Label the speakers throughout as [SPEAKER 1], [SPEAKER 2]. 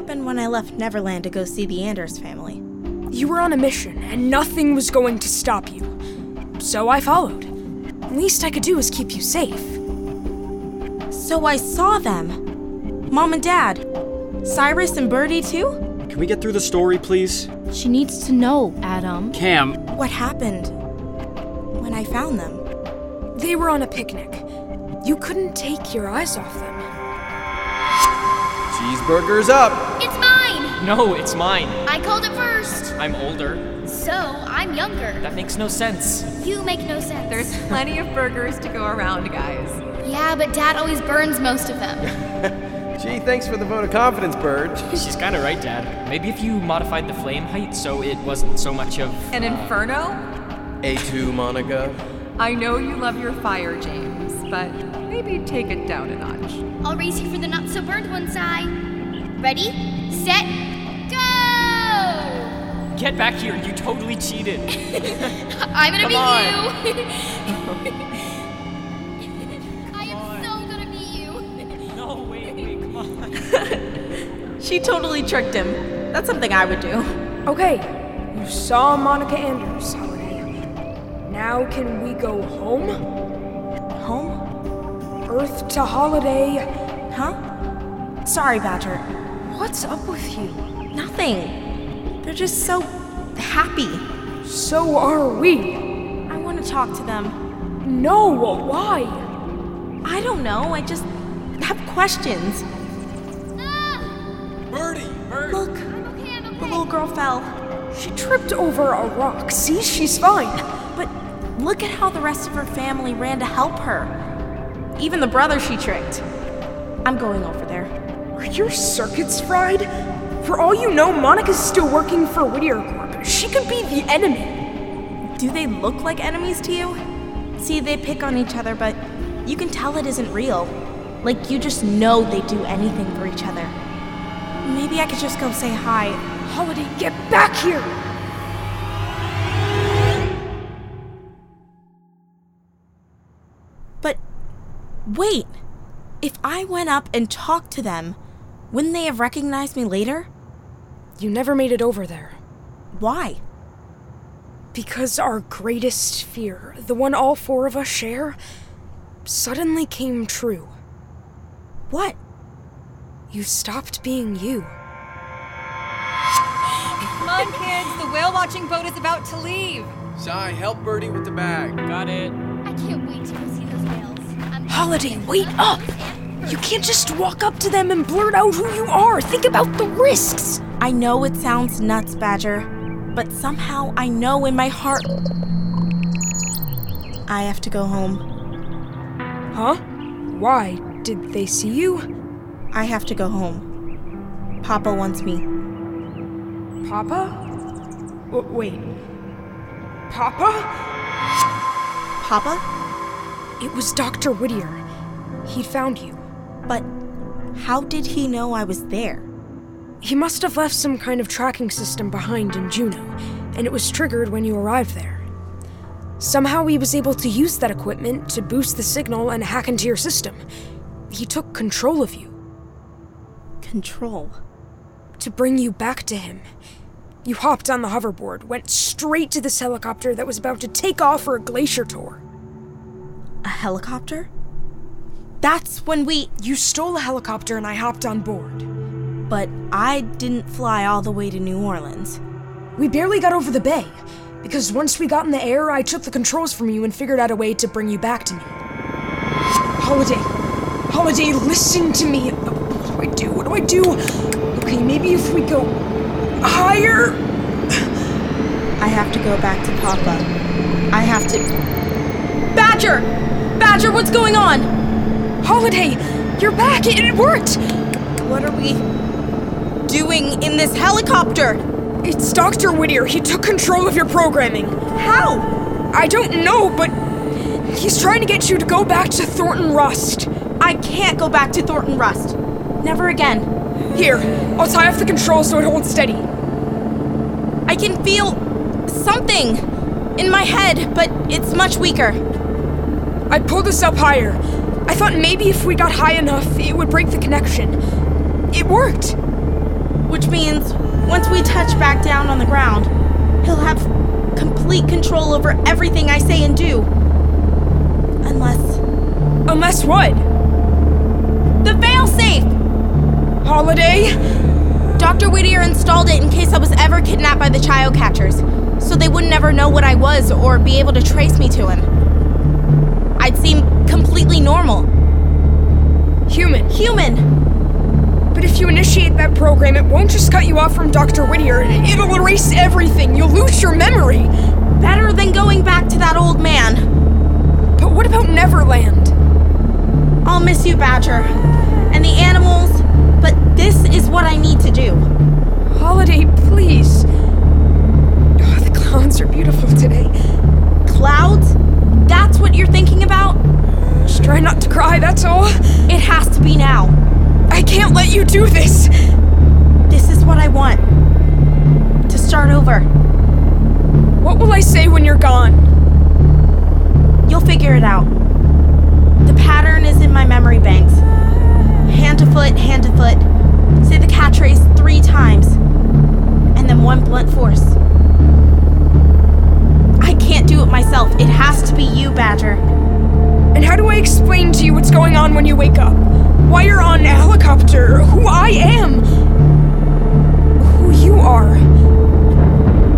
[SPEAKER 1] left Neverland to go see the Anders family.
[SPEAKER 2] You were on a mission, and nothing was going to stop you. So I followed. Least I could do is keep you safe.
[SPEAKER 1] So I saw them. Mom and Dad. Cyrus and Birdie, too?
[SPEAKER 3] Can we get through the story, please?
[SPEAKER 4] She needs to know, Adam.
[SPEAKER 3] Cam,
[SPEAKER 1] What happened when I found them?
[SPEAKER 2] They were on a picnic. You couldn't take your eyes off them.
[SPEAKER 3] cheeseburger's up!
[SPEAKER 5] It's mine!
[SPEAKER 6] No, it's mine.
[SPEAKER 5] I called it first!
[SPEAKER 6] I'm older.
[SPEAKER 5] So I'm younger.
[SPEAKER 6] That makes no sense.
[SPEAKER 5] You make no sense.
[SPEAKER 7] There's plenty of burgers to go around, guys.
[SPEAKER 5] Yeah, but Dad always burns most of them.
[SPEAKER 3] Gee, thanks for the vote of confidence, Bird.
[SPEAKER 6] She's kind of right, Dad. Maybe if you modified the flame height so it wasn't so much of.
[SPEAKER 7] An inferno?
[SPEAKER 3] A2, Monica.
[SPEAKER 7] I know you love your fire, James, but maybe take it down a notch.
[SPEAKER 5] I'll race you for the not so burned one, Sai. Ready, set, go!
[SPEAKER 6] Get back here, you totally cheated.
[SPEAKER 5] I'm gonna
[SPEAKER 6] Come
[SPEAKER 5] beat
[SPEAKER 6] on.
[SPEAKER 5] you! I am so gonna beat you!
[SPEAKER 6] No, wait, wait, come on.
[SPEAKER 8] She totally tricked him. That's something I would do.
[SPEAKER 2] Okay, you saw Monica Anders, Holiday. Now can we go home?
[SPEAKER 1] Home?
[SPEAKER 2] Earth to Holiday.
[SPEAKER 1] Huh? Sorry, Badger.
[SPEAKER 2] What's up with you?
[SPEAKER 1] Nothing. They're just so happy.
[SPEAKER 2] So are we.
[SPEAKER 1] I want to talk to them.
[SPEAKER 2] No, why?
[SPEAKER 1] I don't know. I just have questions.
[SPEAKER 5] Ah,
[SPEAKER 3] Birdie! Bird!
[SPEAKER 1] Look,
[SPEAKER 5] I'm okay, I'm
[SPEAKER 1] the
[SPEAKER 5] okay.
[SPEAKER 1] little girl fell.
[SPEAKER 2] She tripped over a rock. See, she's fine.
[SPEAKER 1] But look at how the rest of her family ran to help her. Even the brother she tricked. I'm going over there.
[SPEAKER 2] Are your circuits fried? For all you know, Monica's still working for Whittier Corp. She could be the enemy.
[SPEAKER 1] Do they look like enemies to you? See, they pick on each other, but you can tell it isn't real. Like, you just know they do anything for each other. Maybe I could just go say hi.
[SPEAKER 2] Holiday, get back here!
[SPEAKER 1] But wait, if I went up and talked to them, wouldn't they have recognized me later?
[SPEAKER 2] You never made it over there.
[SPEAKER 1] Why?
[SPEAKER 2] Because our greatest fear, the one all four of us share, suddenly came true.
[SPEAKER 1] What?
[SPEAKER 2] You stopped being you.
[SPEAKER 7] Come on, kids, the whale watching boat is about to leave.
[SPEAKER 3] Sai, help Birdie with the bag.
[SPEAKER 6] Got it.
[SPEAKER 5] I can't wait to go see those whales. I'm
[SPEAKER 2] Holiday, wait up! You can't just walk up to them and blurt out who you are. Think about the risks.
[SPEAKER 1] I know it sounds nuts, Badger, but somehow I know in my heart. I have to go home.
[SPEAKER 2] Huh? Why? Did they see you?
[SPEAKER 1] I have to go home. Papa wants me.
[SPEAKER 2] Papa? W- wait. Papa?
[SPEAKER 1] Papa?
[SPEAKER 2] It was Dr. Whittier. He found you.
[SPEAKER 1] But how did he know I was there?
[SPEAKER 2] He must have left some kind of tracking system behind in Juno, and it was triggered when you arrived there. Somehow he was able to use that equipment to boost the signal and hack into your system. He took control of you
[SPEAKER 1] Control.
[SPEAKER 2] to bring you back to him. You hopped on the hoverboard, went straight to this helicopter that was about to take off for a glacier tour.
[SPEAKER 1] A helicopter? That's when we.
[SPEAKER 2] You stole a helicopter and I hopped on board.
[SPEAKER 1] But I didn't fly all the way to New Orleans.
[SPEAKER 2] We barely got over the bay, because once we got in the air, I took the controls from you and figured out a way to bring you back to me. Holiday, Holiday, listen to me. Uh, What do I do? What do I do? Okay, maybe if we go higher.
[SPEAKER 1] I have to go back to Papa. I have to.
[SPEAKER 8] Badger! Badger, what's going on?
[SPEAKER 2] Holiday, you're back. It, it worked.
[SPEAKER 1] What are we doing in this helicopter?
[SPEAKER 2] It's Dr. Whittier. He took control of your programming.
[SPEAKER 1] How?
[SPEAKER 2] I don't know, but he's trying to get you to go back to Thornton Rust.
[SPEAKER 1] I can't go back to Thornton Rust. Never again.
[SPEAKER 2] Here, I'll tie off the controls so it holds steady.
[SPEAKER 1] I can feel something in my head, but it's much weaker.
[SPEAKER 2] I pulled us up higher. I thought maybe if we got high enough, it would break the connection. It worked.
[SPEAKER 1] Which means, once we touch back down on the ground, he'll have complete control over everything I say and do. Unless.
[SPEAKER 2] Unless what?
[SPEAKER 1] The failsafe!
[SPEAKER 2] Holiday?
[SPEAKER 1] Dr. Whittier installed it in case I was ever kidnapped by the child catchers, so they would never know what I was or be able to trace me to him. I'd seem completely normal,
[SPEAKER 2] Human.
[SPEAKER 1] human.
[SPEAKER 2] But if you initiate that program, it won't just cut you off from Dr. Whittier. It'll erase everything. You'll lose your memory.
[SPEAKER 1] Better than going back to that old man.
[SPEAKER 2] But what about Neverland?
[SPEAKER 1] I'll miss you, Badger. And the animals, but this is what I need to do.
[SPEAKER 2] Holiday, please. Oh, the clowns are beautiful today.
[SPEAKER 1] Clouds? That's what you're thinking about?
[SPEAKER 2] Just try not to cry, that's all.
[SPEAKER 1] It has to be now.
[SPEAKER 2] I can't let you do this.
[SPEAKER 1] This is what I want. To start over.
[SPEAKER 2] What will I say when you're gone?
[SPEAKER 1] You'll figure it out. The pattern is in my memory banks. Hand to foot, hand to foot. Say the catchphrase three times, and then one blunt force. I can't do it myself. It has to be you, Badger.
[SPEAKER 2] And how do I explain to you what's going on when you wake up? Why you're on a helicopter, who I am, who you are.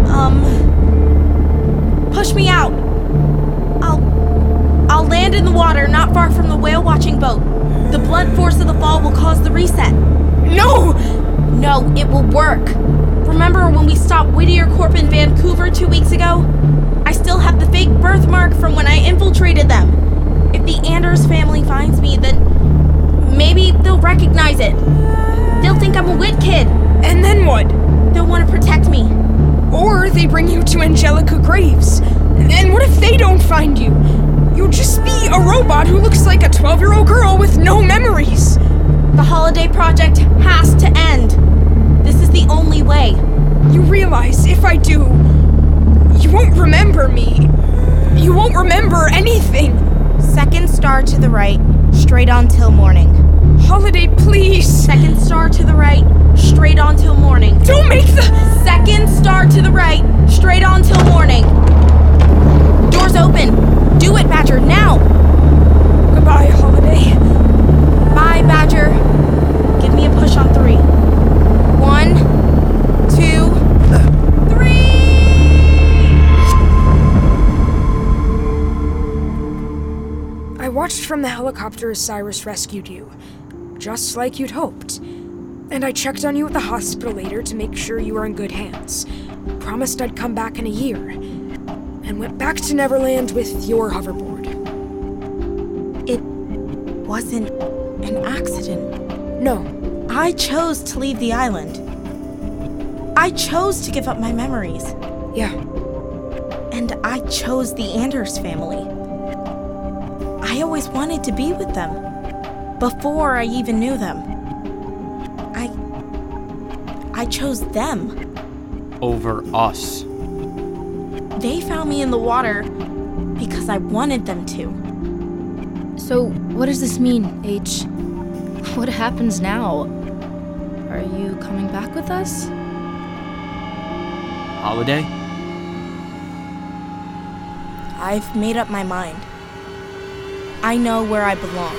[SPEAKER 1] Um. Push me out. I'll. I'll land in the water not far from the whale watching boat. The blunt force of the fall will cause the reset.
[SPEAKER 2] No!
[SPEAKER 1] No, it will work. Remember when we stopped Whittier Corp in Vancouver two weeks ago? I still have the fake birthmark from when I infiltrated them. If the Anders family finds me, then maybe they'll recognize it. They'll think I'm a wit kid.
[SPEAKER 2] And then what?
[SPEAKER 1] They'll want to protect me.
[SPEAKER 2] Or they bring you to Angelica Graves. And what if they don't find you? You'll just be a robot who looks like a 12 year old girl with no memories.
[SPEAKER 1] The holiday project has to end. This is the only way.
[SPEAKER 2] You realize if I do, you won't remember me. You won't remember anything.
[SPEAKER 1] Second star to the right, straight on till morning.
[SPEAKER 2] Holiday, please.
[SPEAKER 1] Second star to the right, straight on till morning.
[SPEAKER 2] Don't make the.
[SPEAKER 1] Second star to the right, straight on till morning. Doors open. Do it, Badger, now.
[SPEAKER 2] Goodbye, Holiday.
[SPEAKER 1] Bye, Badger. Give me a push on three. One, two, three.
[SPEAKER 2] I watched from the helicopter as Cyrus rescued you, just like you'd hoped. And I checked on you at the hospital later to make sure you were in good hands. Promised I'd come back in a year. And went back to Neverland with your hoverboard.
[SPEAKER 1] It wasn't an accident.
[SPEAKER 2] No,
[SPEAKER 1] I chose to leave the island. I chose to give up my memories.
[SPEAKER 2] yeah,
[SPEAKER 1] And I chose the Anders family. I always wanted to be with them before I even knew them. I I chose them.
[SPEAKER 6] Over us.
[SPEAKER 1] They found me in the water because I wanted them to.
[SPEAKER 4] So, what does this mean, H? What happens now? Are you coming back with us?
[SPEAKER 6] Holiday?
[SPEAKER 1] I've made up my mind. I know where I belong.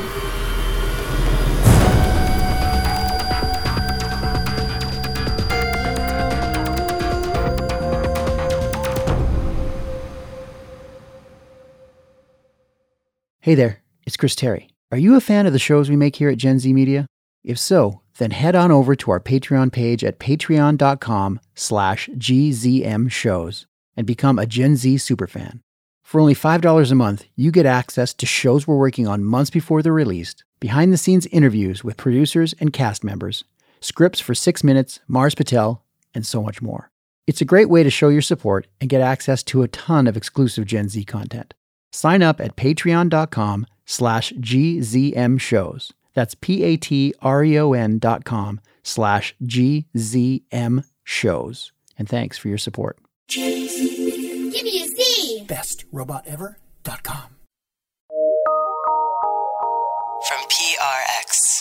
[SPEAKER 9] Hey there, it's Chris Terry. Are you a fan of the shows we make here at Gen Z Media? If so, then head on over to our Patreon page at patreon.com slash gzm shows and become a Gen Z superfan. For only $5 a month, you get access to shows we're working on months before they're released, behind-the-scenes interviews with producers and cast members, scripts for 6 Minutes, Mars Patel, and so much more. It's a great way to show your support and get access to a ton of exclusive Gen Z content. Sign up at patreon.com slash gzm shows. That's p-a-t-r-e-o-n E dot com slash gzm shows. And thanks for your support.
[SPEAKER 5] Give me a C.
[SPEAKER 10] From PRX.